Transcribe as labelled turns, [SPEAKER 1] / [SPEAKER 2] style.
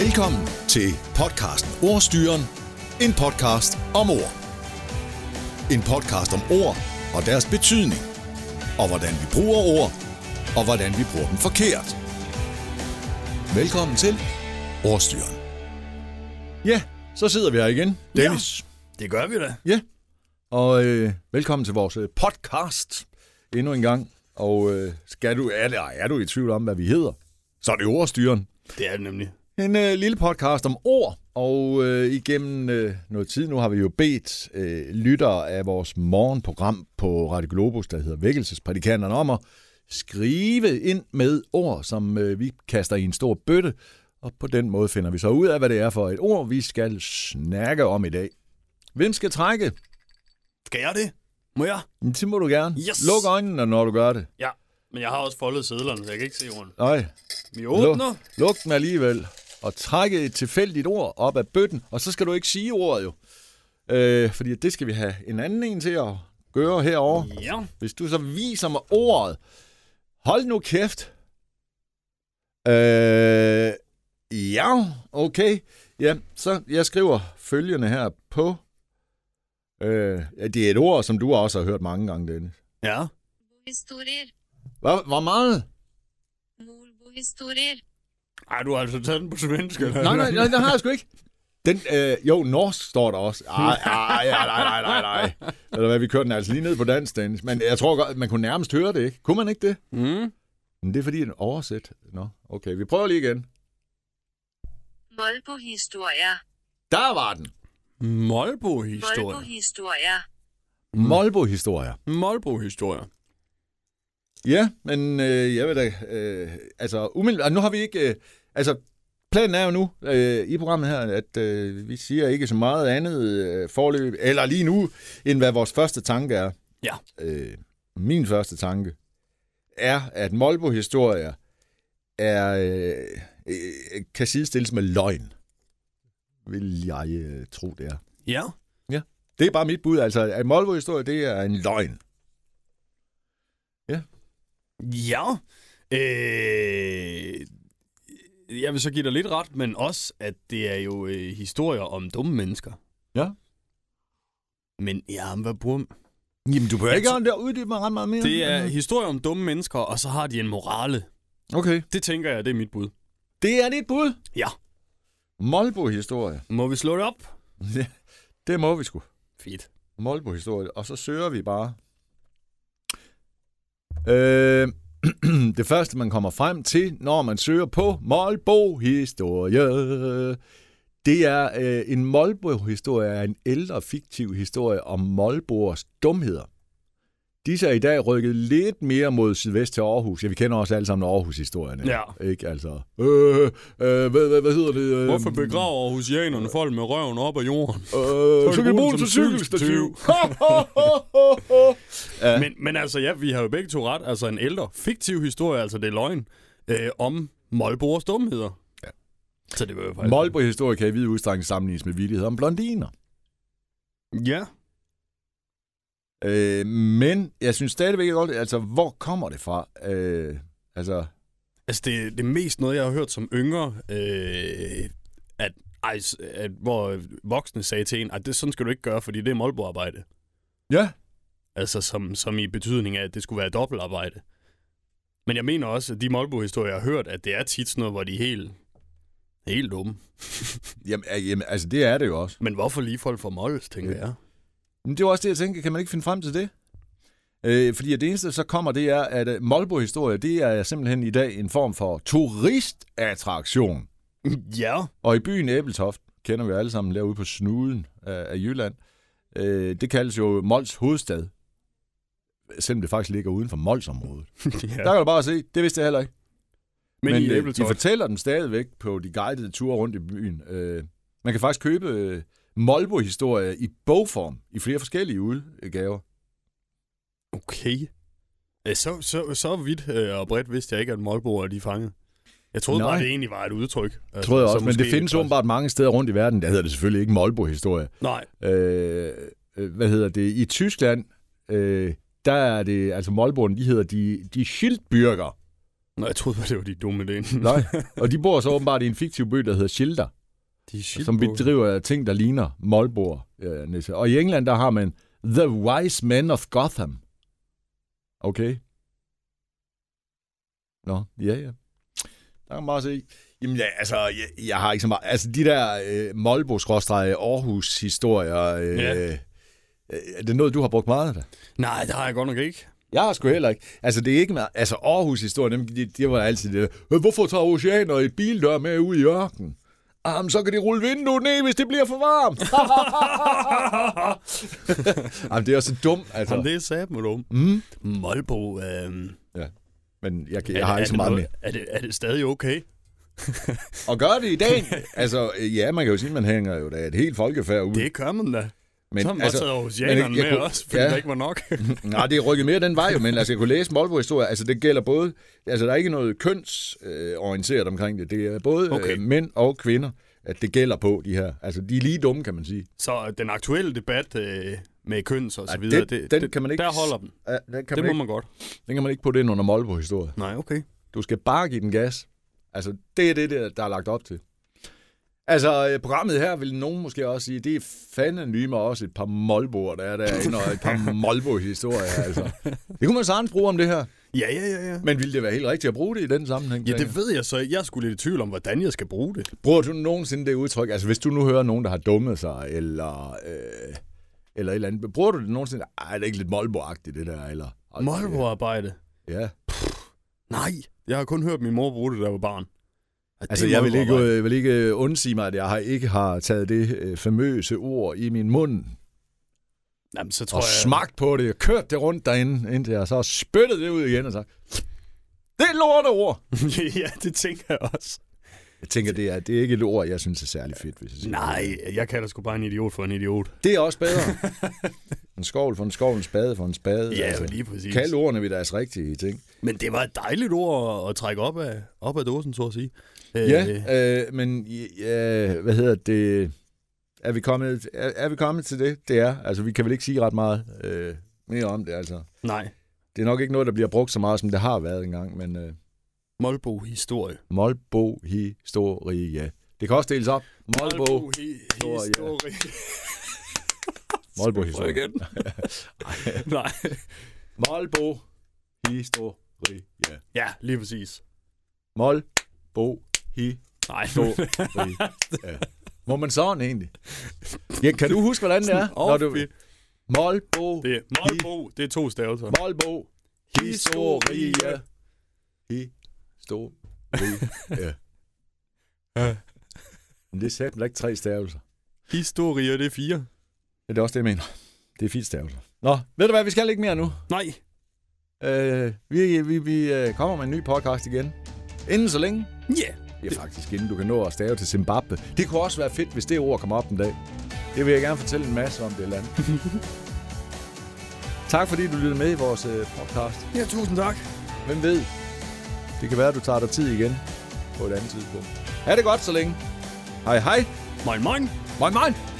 [SPEAKER 1] Velkommen til podcasten Ordstyren. En podcast om ord. En podcast om ord og deres betydning. Og hvordan vi bruger ord, og hvordan vi bruger dem forkert. Velkommen til Ordstyren. Ja, så sidder vi her igen. Dennis. Ja.
[SPEAKER 2] Det gør vi da.
[SPEAKER 1] Ja, og øh, velkommen til vores øh, podcast endnu en gang. Og øh, skal du, er, det- er du i tvivl om, hvad vi hedder, så er det Ordstyren.
[SPEAKER 2] Det er det nemlig.
[SPEAKER 1] En øh, lille podcast om ord, og øh, igennem øh, noget tid nu har vi jo bedt øh, lyttere af vores morgenprogram på Radio Globus, der hedder Vækkelsesprædikanterne, om at skrive ind med ord, som øh, vi kaster i en stor bøtte, og på den måde finder vi så ud af, hvad det er for et ord, vi skal snakke om i dag. Hvem skal trække?
[SPEAKER 2] Skal jeg det? Må jeg?
[SPEAKER 1] Det må du gerne.
[SPEAKER 2] Yes.
[SPEAKER 1] Luk øjnene, når du gør det.
[SPEAKER 2] Ja. Men jeg har også foldet sædlerne, så jeg kan ikke se ordene.
[SPEAKER 1] Nej,
[SPEAKER 2] Vi
[SPEAKER 1] luk,
[SPEAKER 2] åbner.
[SPEAKER 1] luk den alligevel. Og trække et tilfældigt ord op af bøtten, og så skal du ikke sige ordet jo. Øh, fordi det skal vi have en anden en til at gøre herover.
[SPEAKER 2] Ja.
[SPEAKER 1] Hvis du så viser mig ordet, hold nu kæft. Øh, ja, okay. Ja, så jeg skriver følgende her på. Øh, ja, det er et ord, som du også har hørt mange gange, Dennis.
[SPEAKER 2] Ja.
[SPEAKER 3] historier,
[SPEAKER 1] Hvor, hvor meget?
[SPEAKER 3] molbohistorier,
[SPEAKER 2] Ej, du har altså taget den på svensk, eller?
[SPEAKER 1] Nej, nej, nej, den har jeg sgu ikke. Den, øh, jo, norsk står der også. Ej, ej, ej, nej, nej, nej, nej. Eller hvad, vi kørte den altså lige ned på dansk, Dennis. Men jeg tror godt, man kunne nærmest høre det, ikke? Kunne man ikke det?
[SPEAKER 2] Mm.
[SPEAKER 1] Men det er fordi, den oversæt. Nå, okay, vi prøver lige igen.
[SPEAKER 3] molbohistorier,
[SPEAKER 1] Der var den.
[SPEAKER 2] Molbo-historier.
[SPEAKER 3] molbohistorier,
[SPEAKER 1] Mm. Molbo-historier.
[SPEAKER 2] Molbo-historier.
[SPEAKER 1] Ja, men øh, jeg vil da... Øh, altså, umiddelbart... Nu har vi ikke... Øh, altså, planen er jo nu øh, i programmet her, at øh, vi siger ikke så meget andet øh, forløb, eller lige nu, end hvad vores første tanke er.
[SPEAKER 2] Ja.
[SPEAKER 1] Øh, min første tanke er, at Molbo-historier er, øh, øh, kan sidestilles med løgn. Vil jeg øh, tro, det er.
[SPEAKER 2] Ja.
[SPEAKER 1] Det er bare mit bud. Altså, at Molbo-historier, det er en løgn.
[SPEAKER 2] Ja. Øh... Jeg vil så give dig lidt ret, men også, at det er jo øh, historier om dumme mennesker.
[SPEAKER 1] Ja.
[SPEAKER 2] Men ja, hvad bruger
[SPEAKER 1] Jamen, du behøver ikke at uddybe mig ret meget mere.
[SPEAKER 2] Det er historier om dumme mennesker, og så har de en morale.
[SPEAKER 1] øh, Okay.
[SPEAKER 2] Det tænker jeg, det er mit bud.
[SPEAKER 1] Det er dit bud.
[SPEAKER 2] Ja.
[SPEAKER 1] Molbo-historie.
[SPEAKER 2] Må vi slå det op?
[SPEAKER 1] Ja, det må vi sgu.
[SPEAKER 2] Fedt.
[SPEAKER 1] Molbo-historie. Og så søger vi bare. Øh, det første, man kommer frem til, når man søger på Molbo-historie, det er øh, en Molbo-historie er en ældre fiktiv historie om Molboers dumheder. Disse er i dag rykket lidt mere mod sydvest til Aarhus. Ja, vi kender også alle sammen Aarhus-historierne.
[SPEAKER 2] Ja.
[SPEAKER 1] Ikke altså. Øh, øh, hvad, hvad, hvad hedder det? Øh,
[SPEAKER 2] Hvorfor begraver aarhusianerne folk med røven op af jorden?
[SPEAKER 1] Øh,
[SPEAKER 2] så kan vi bruge den som cykelstativ.
[SPEAKER 1] ja.
[SPEAKER 2] Men, men altså, ja, vi har jo begge to ret. Altså, en ældre, fiktiv historie, altså det er løgn, øh, om Molborgs dumheder.
[SPEAKER 1] Ja.
[SPEAKER 2] Så det var jo faktisk...
[SPEAKER 1] Molbo-historie kan i vid udstrækning sammenlignes med vildighed om blondiner.
[SPEAKER 2] ja.
[SPEAKER 1] Øh, men jeg synes stadigvæk godt, altså hvor kommer det fra? Øh, altså,
[SPEAKER 2] Altså, det, det er mest noget, jeg har hørt som yngre, øh, at, ej, s- at, hvor voksne sagde til en, at det, sådan skal du ikke gøre, fordi det er Molborg-arbejde.
[SPEAKER 1] ja,
[SPEAKER 2] Altså, som, som i betydning af, at det skulle være dobbeltarbejde. Men jeg mener også, at de Molbo-historier, jeg har hørt, at det er tit sådan noget, hvor de er helt, helt dumme.
[SPEAKER 1] jamen, øh, jamen, altså det er det jo også.
[SPEAKER 2] Men hvorfor lige folk for Mols, tænker jeg?
[SPEAKER 1] Men det er jo også det, jeg tænker, kan man ikke finde frem til det? Øh, fordi at det eneste, der så kommer, det er, at øh, Molbo-historie, det er simpelthen i dag en form for turistattraktion.
[SPEAKER 2] Ja.
[SPEAKER 1] Og i byen Æbeltoft, kender vi alle sammen derude på snuden af, af Jylland, øh, det kaldes jo Mols hovedstad. Selvom det faktisk ligger uden for Molsområdet. Ja. Der
[SPEAKER 2] ja.
[SPEAKER 1] kan du bare se, det vidste jeg heller ikke.
[SPEAKER 2] Men, Men i
[SPEAKER 1] øh, de
[SPEAKER 2] Æbeltoft.
[SPEAKER 1] fortæller dem stadigvæk på de guidede ture rundt i byen. Øh, man kan faktisk købe øh, Molbo-historie i bogform i flere forskellige udgaver.
[SPEAKER 2] Okay. Øh, Så, så, så vidt øh, og bredt vidste jeg ikke, at Molboer de er fanget. Jeg troede
[SPEAKER 1] Nej.
[SPEAKER 2] Nej. bare, det egentlig var et udtryk. Altså,
[SPEAKER 1] Tror jeg
[SPEAKER 2] så
[SPEAKER 1] også, men det
[SPEAKER 2] måske
[SPEAKER 1] findes
[SPEAKER 2] et-
[SPEAKER 1] åbenbart mange steder rundt i verden. Der hedder det selvfølgelig ikke Molbo-historie.
[SPEAKER 2] Altså, Nej,
[SPEAKER 1] øh, øh, hvad hedder det, i Tyskland, øh, der er det, altså Molboen, de hedder de, de Schildbürger.
[SPEAKER 2] Nå, jeg troede, bare, det var de dumme det
[SPEAKER 1] Nej. Og de bor så åbenbart i en fiktiv by, der hedder Schilder,
[SPEAKER 2] De er shit,
[SPEAKER 1] som bedriver ting, der ligner Molbor. Øh, nisse. og i England, der har man The Wise Men of Gotham. Okay. Nå, ja, ja. Der kan man bare se. Jamen ja, altså, jeg, jeg har ikke så meget... Altså, de der øh, Molbo-Aarhus-historier, øh,
[SPEAKER 2] Ja.
[SPEAKER 1] ja. øh, er det noget, du har brugt meget af det?
[SPEAKER 2] Nej, det har jeg godt nok ikke.
[SPEAKER 1] Jeg har sgu heller ikke. Altså, det er ikke meget. Altså, Aarhus-historien, dem- de, de var altid det der. "Øh, Hvorfor tager oceaner et bildør med ud i ørkenen? Jamen, så kan de rulle vinduet ned, hvis det bliver for varmt. Jamen, det er også så dumt, altså.
[SPEAKER 2] Jamen, det er sat med dem.
[SPEAKER 1] Mm.
[SPEAKER 2] Molbo, øhm,
[SPEAKER 1] Ja. Men jeg, kan, jeg
[SPEAKER 2] er det-
[SPEAKER 1] har
[SPEAKER 2] er
[SPEAKER 1] ikke så
[SPEAKER 2] det
[SPEAKER 1] meget
[SPEAKER 2] noget-
[SPEAKER 1] mere.
[SPEAKER 2] Er det, er det stadig okay?
[SPEAKER 1] Og gør det i dag. altså, øh, ja, man kan jo sige, at man hænger jo da et helt folkefærd ud.
[SPEAKER 2] Det gør man da. Men, så har man altså,
[SPEAKER 1] altså,
[SPEAKER 2] også taget Aarhus
[SPEAKER 1] Mm. men jeg- jeg
[SPEAKER 2] Janerne med
[SPEAKER 1] kunne-
[SPEAKER 2] også, fordi
[SPEAKER 1] ja. Mhm.
[SPEAKER 2] ja. der ikke var nok.
[SPEAKER 1] Nej, det er rykket mere den vej, jo, men altså, jeg kunne læse Molbo-historier. Altså, det gælder både... Altså, der er ikke noget kønsorienteret øh, orienteret omkring det. Det er både okay.
[SPEAKER 2] Okay.
[SPEAKER 1] øh, mænd og kvinder, at det gælder på, de her. Altså, de er lige dumme, kan man sige.
[SPEAKER 2] så øh, den aktuelle debat øh, med køns og så
[SPEAKER 1] Ej,
[SPEAKER 2] videre,
[SPEAKER 1] den- den kan man ikke
[SPEAKER 2] der
[SPEAKER 1] s-
[SPEAKER 2] holder den.
[SPEAKER 1] Ja, den, kan
[SPEAKER 2] Det
[SPEAKER 1] man
[SPEAKER 2] må
[SPEAKER 1] ikke,
[SPEAKER 2] man godt.
[SPEAKER 1] den kan man ikke putte ind under Molbo-historie.
[SPEAKER 2] Nej, okay.
[SPEAKER 1] Du skal bare give den gas. Altså, det er det, der, der er lagt op til. Altså, øh, programmet her vil nogen måske også sige, det er fandme også et par Molboer, der er derinde, og et par Molbo-historier, altså. Det kunne man sagtens bruge om det her.
[SPEAKER 2] Ja, ja, ja, ja.
[SPEAKER 1] Men ville det være helt rigtigt at bruge det i den sammenhæng?
[SPEAKER 2] Ja,
[SPEAKER 1] tænker jeg?
[SPEAKER 2] det ved jeg så. Jeg er sgu lidt i tvivl om, hvordan jeg skal bruge det.
[SPEAKER 1] Bruger du nogensinde det udtryk? Altså, hvis du nu hører nogen, der har dummet sig, eller, øh, eller et eller andet, bruger du det nogensinde? Ej, det er ikke lidt molbo det der, eller? Og-
[SPEAKER 2] Molbo-arbejde?
[SPEAKER 1] Ja.
[SPEAKER 2] Nej. Jeg har kun hørt min mor bruge det, da jeg var barn. At
[SPEAKER 1] Altså,
[SPEAKER 2] det er
[SPEAKER 1] jeg vil ikke,
[SPEAKER 2] Molbo-arbejde.
[SPEAKER 1] øh, vil ikke øh, undsige mig, at jeg har ikke har taget det øh, famøse ord i min mund,
[SPEAKER 2] Jamen, så tror
[SPEAKER 1] og
[SPEAKER 2] jeg...
[SPEAKER 1] smagt på det, og kørt det rundt derinde, indtil jeg så har spyttet det ud igen og sagt, det er et lorteord!
[SPEAKER 2] ja, det tænker jeg også.
[SPEAKER 1] Jeg tænker, det er, det er ikke et ord, jeg synes er særlig fedt, hvis jeg siger det.
[SPEAKER 2] Nej, jeg kalder sgu bare en idiot for en idiot.
[SPEAKER 1] Det er også bedre. en skovl for en skovl, en spade for en spade.
[SPEAKER 2] Ja, altså, lige præcis.
[SPEAKER 1] Kald ordene ved deres rigtige ting.
[SPEAKER 2] Men det var et dejligt ord at, at trække op af, op af dåsen, så at sige. Øh,
[SPEAKER 1] Ja, øh, men ja, hvad hedder det? Er vi, kommet, er, er vi kommet til det? Det er. Altså, vi kan vel ikke sige ret meget øh, mere om det, altså.
[SPEAKER 2] Nej,
[SPEAKER 1] Det er nok ikke noget, der bliver brugt så meget, som det har været engang, men øh,
[SPEAKER 2] Molbo-historie.
[SPEAKER 1] Molbo-historie, ja. Det kan også deles op. Molbo.
[SPEAKER 2] Molbo-historie.
[SPEAKER 1] Molbo-historie.
[SPEAKER 2] Prøv igen. Nej.
[SPEAKER 1] Molbo-historie.
[SPEAKER 2] Ja, lige præcis.
[SPEAKER 1] Molbo-historie.
[SPEAKER 2] Nej,
[SPEAKER 1] Ja. Må man sådan egentlig? Ja, kan du huske, hvordan det er?
[SPEAKER 2] Åh,
[SPEAKER 1] Når du...
[SPEAKER 2] fedt.
[SPEAKER 1] Molbo.
[SPEAKER 2] det er Molbo, det er to stavelser.
[SPEAKER 1] Molbo. Historie. Historie. Men det er satme da ikke tre stavelser.
[SPEAKER 2] Historie, det er fire.
[SPEAKER 1] Ja, det er også det, jeg mener. Det er fire stavelser. Nå, ved du hvad, vi skal ikke mere nu.
[SPEAKER 2] Nej,
[SPEAKER 1] Øh, vi, vi, vi øh, kommer med en ny podcast igen. Inden så længe.
[SPEAKER 2] ja. Yeah.
[SPEAKER 1] Ja, faktisk inden du kan nå at stave til Zimbabwe. Det kunne også være fedt, hvis det ord kommer op en dag. Det vil jeg gerne fortælle en masse om det land. tak fordi du lyttede med i vores øh, podcast.
[SPEAKER 2] Ja, tusind tak.
[SPEAKER 1] Hvem ved? Det kan være, at du tager dig tid igen på et andet tidspunkt. Ha' det godt så længe. Hej hej.
[SPEAKER 2] Moin, moin.
[SPEAKER 1] Moin moin.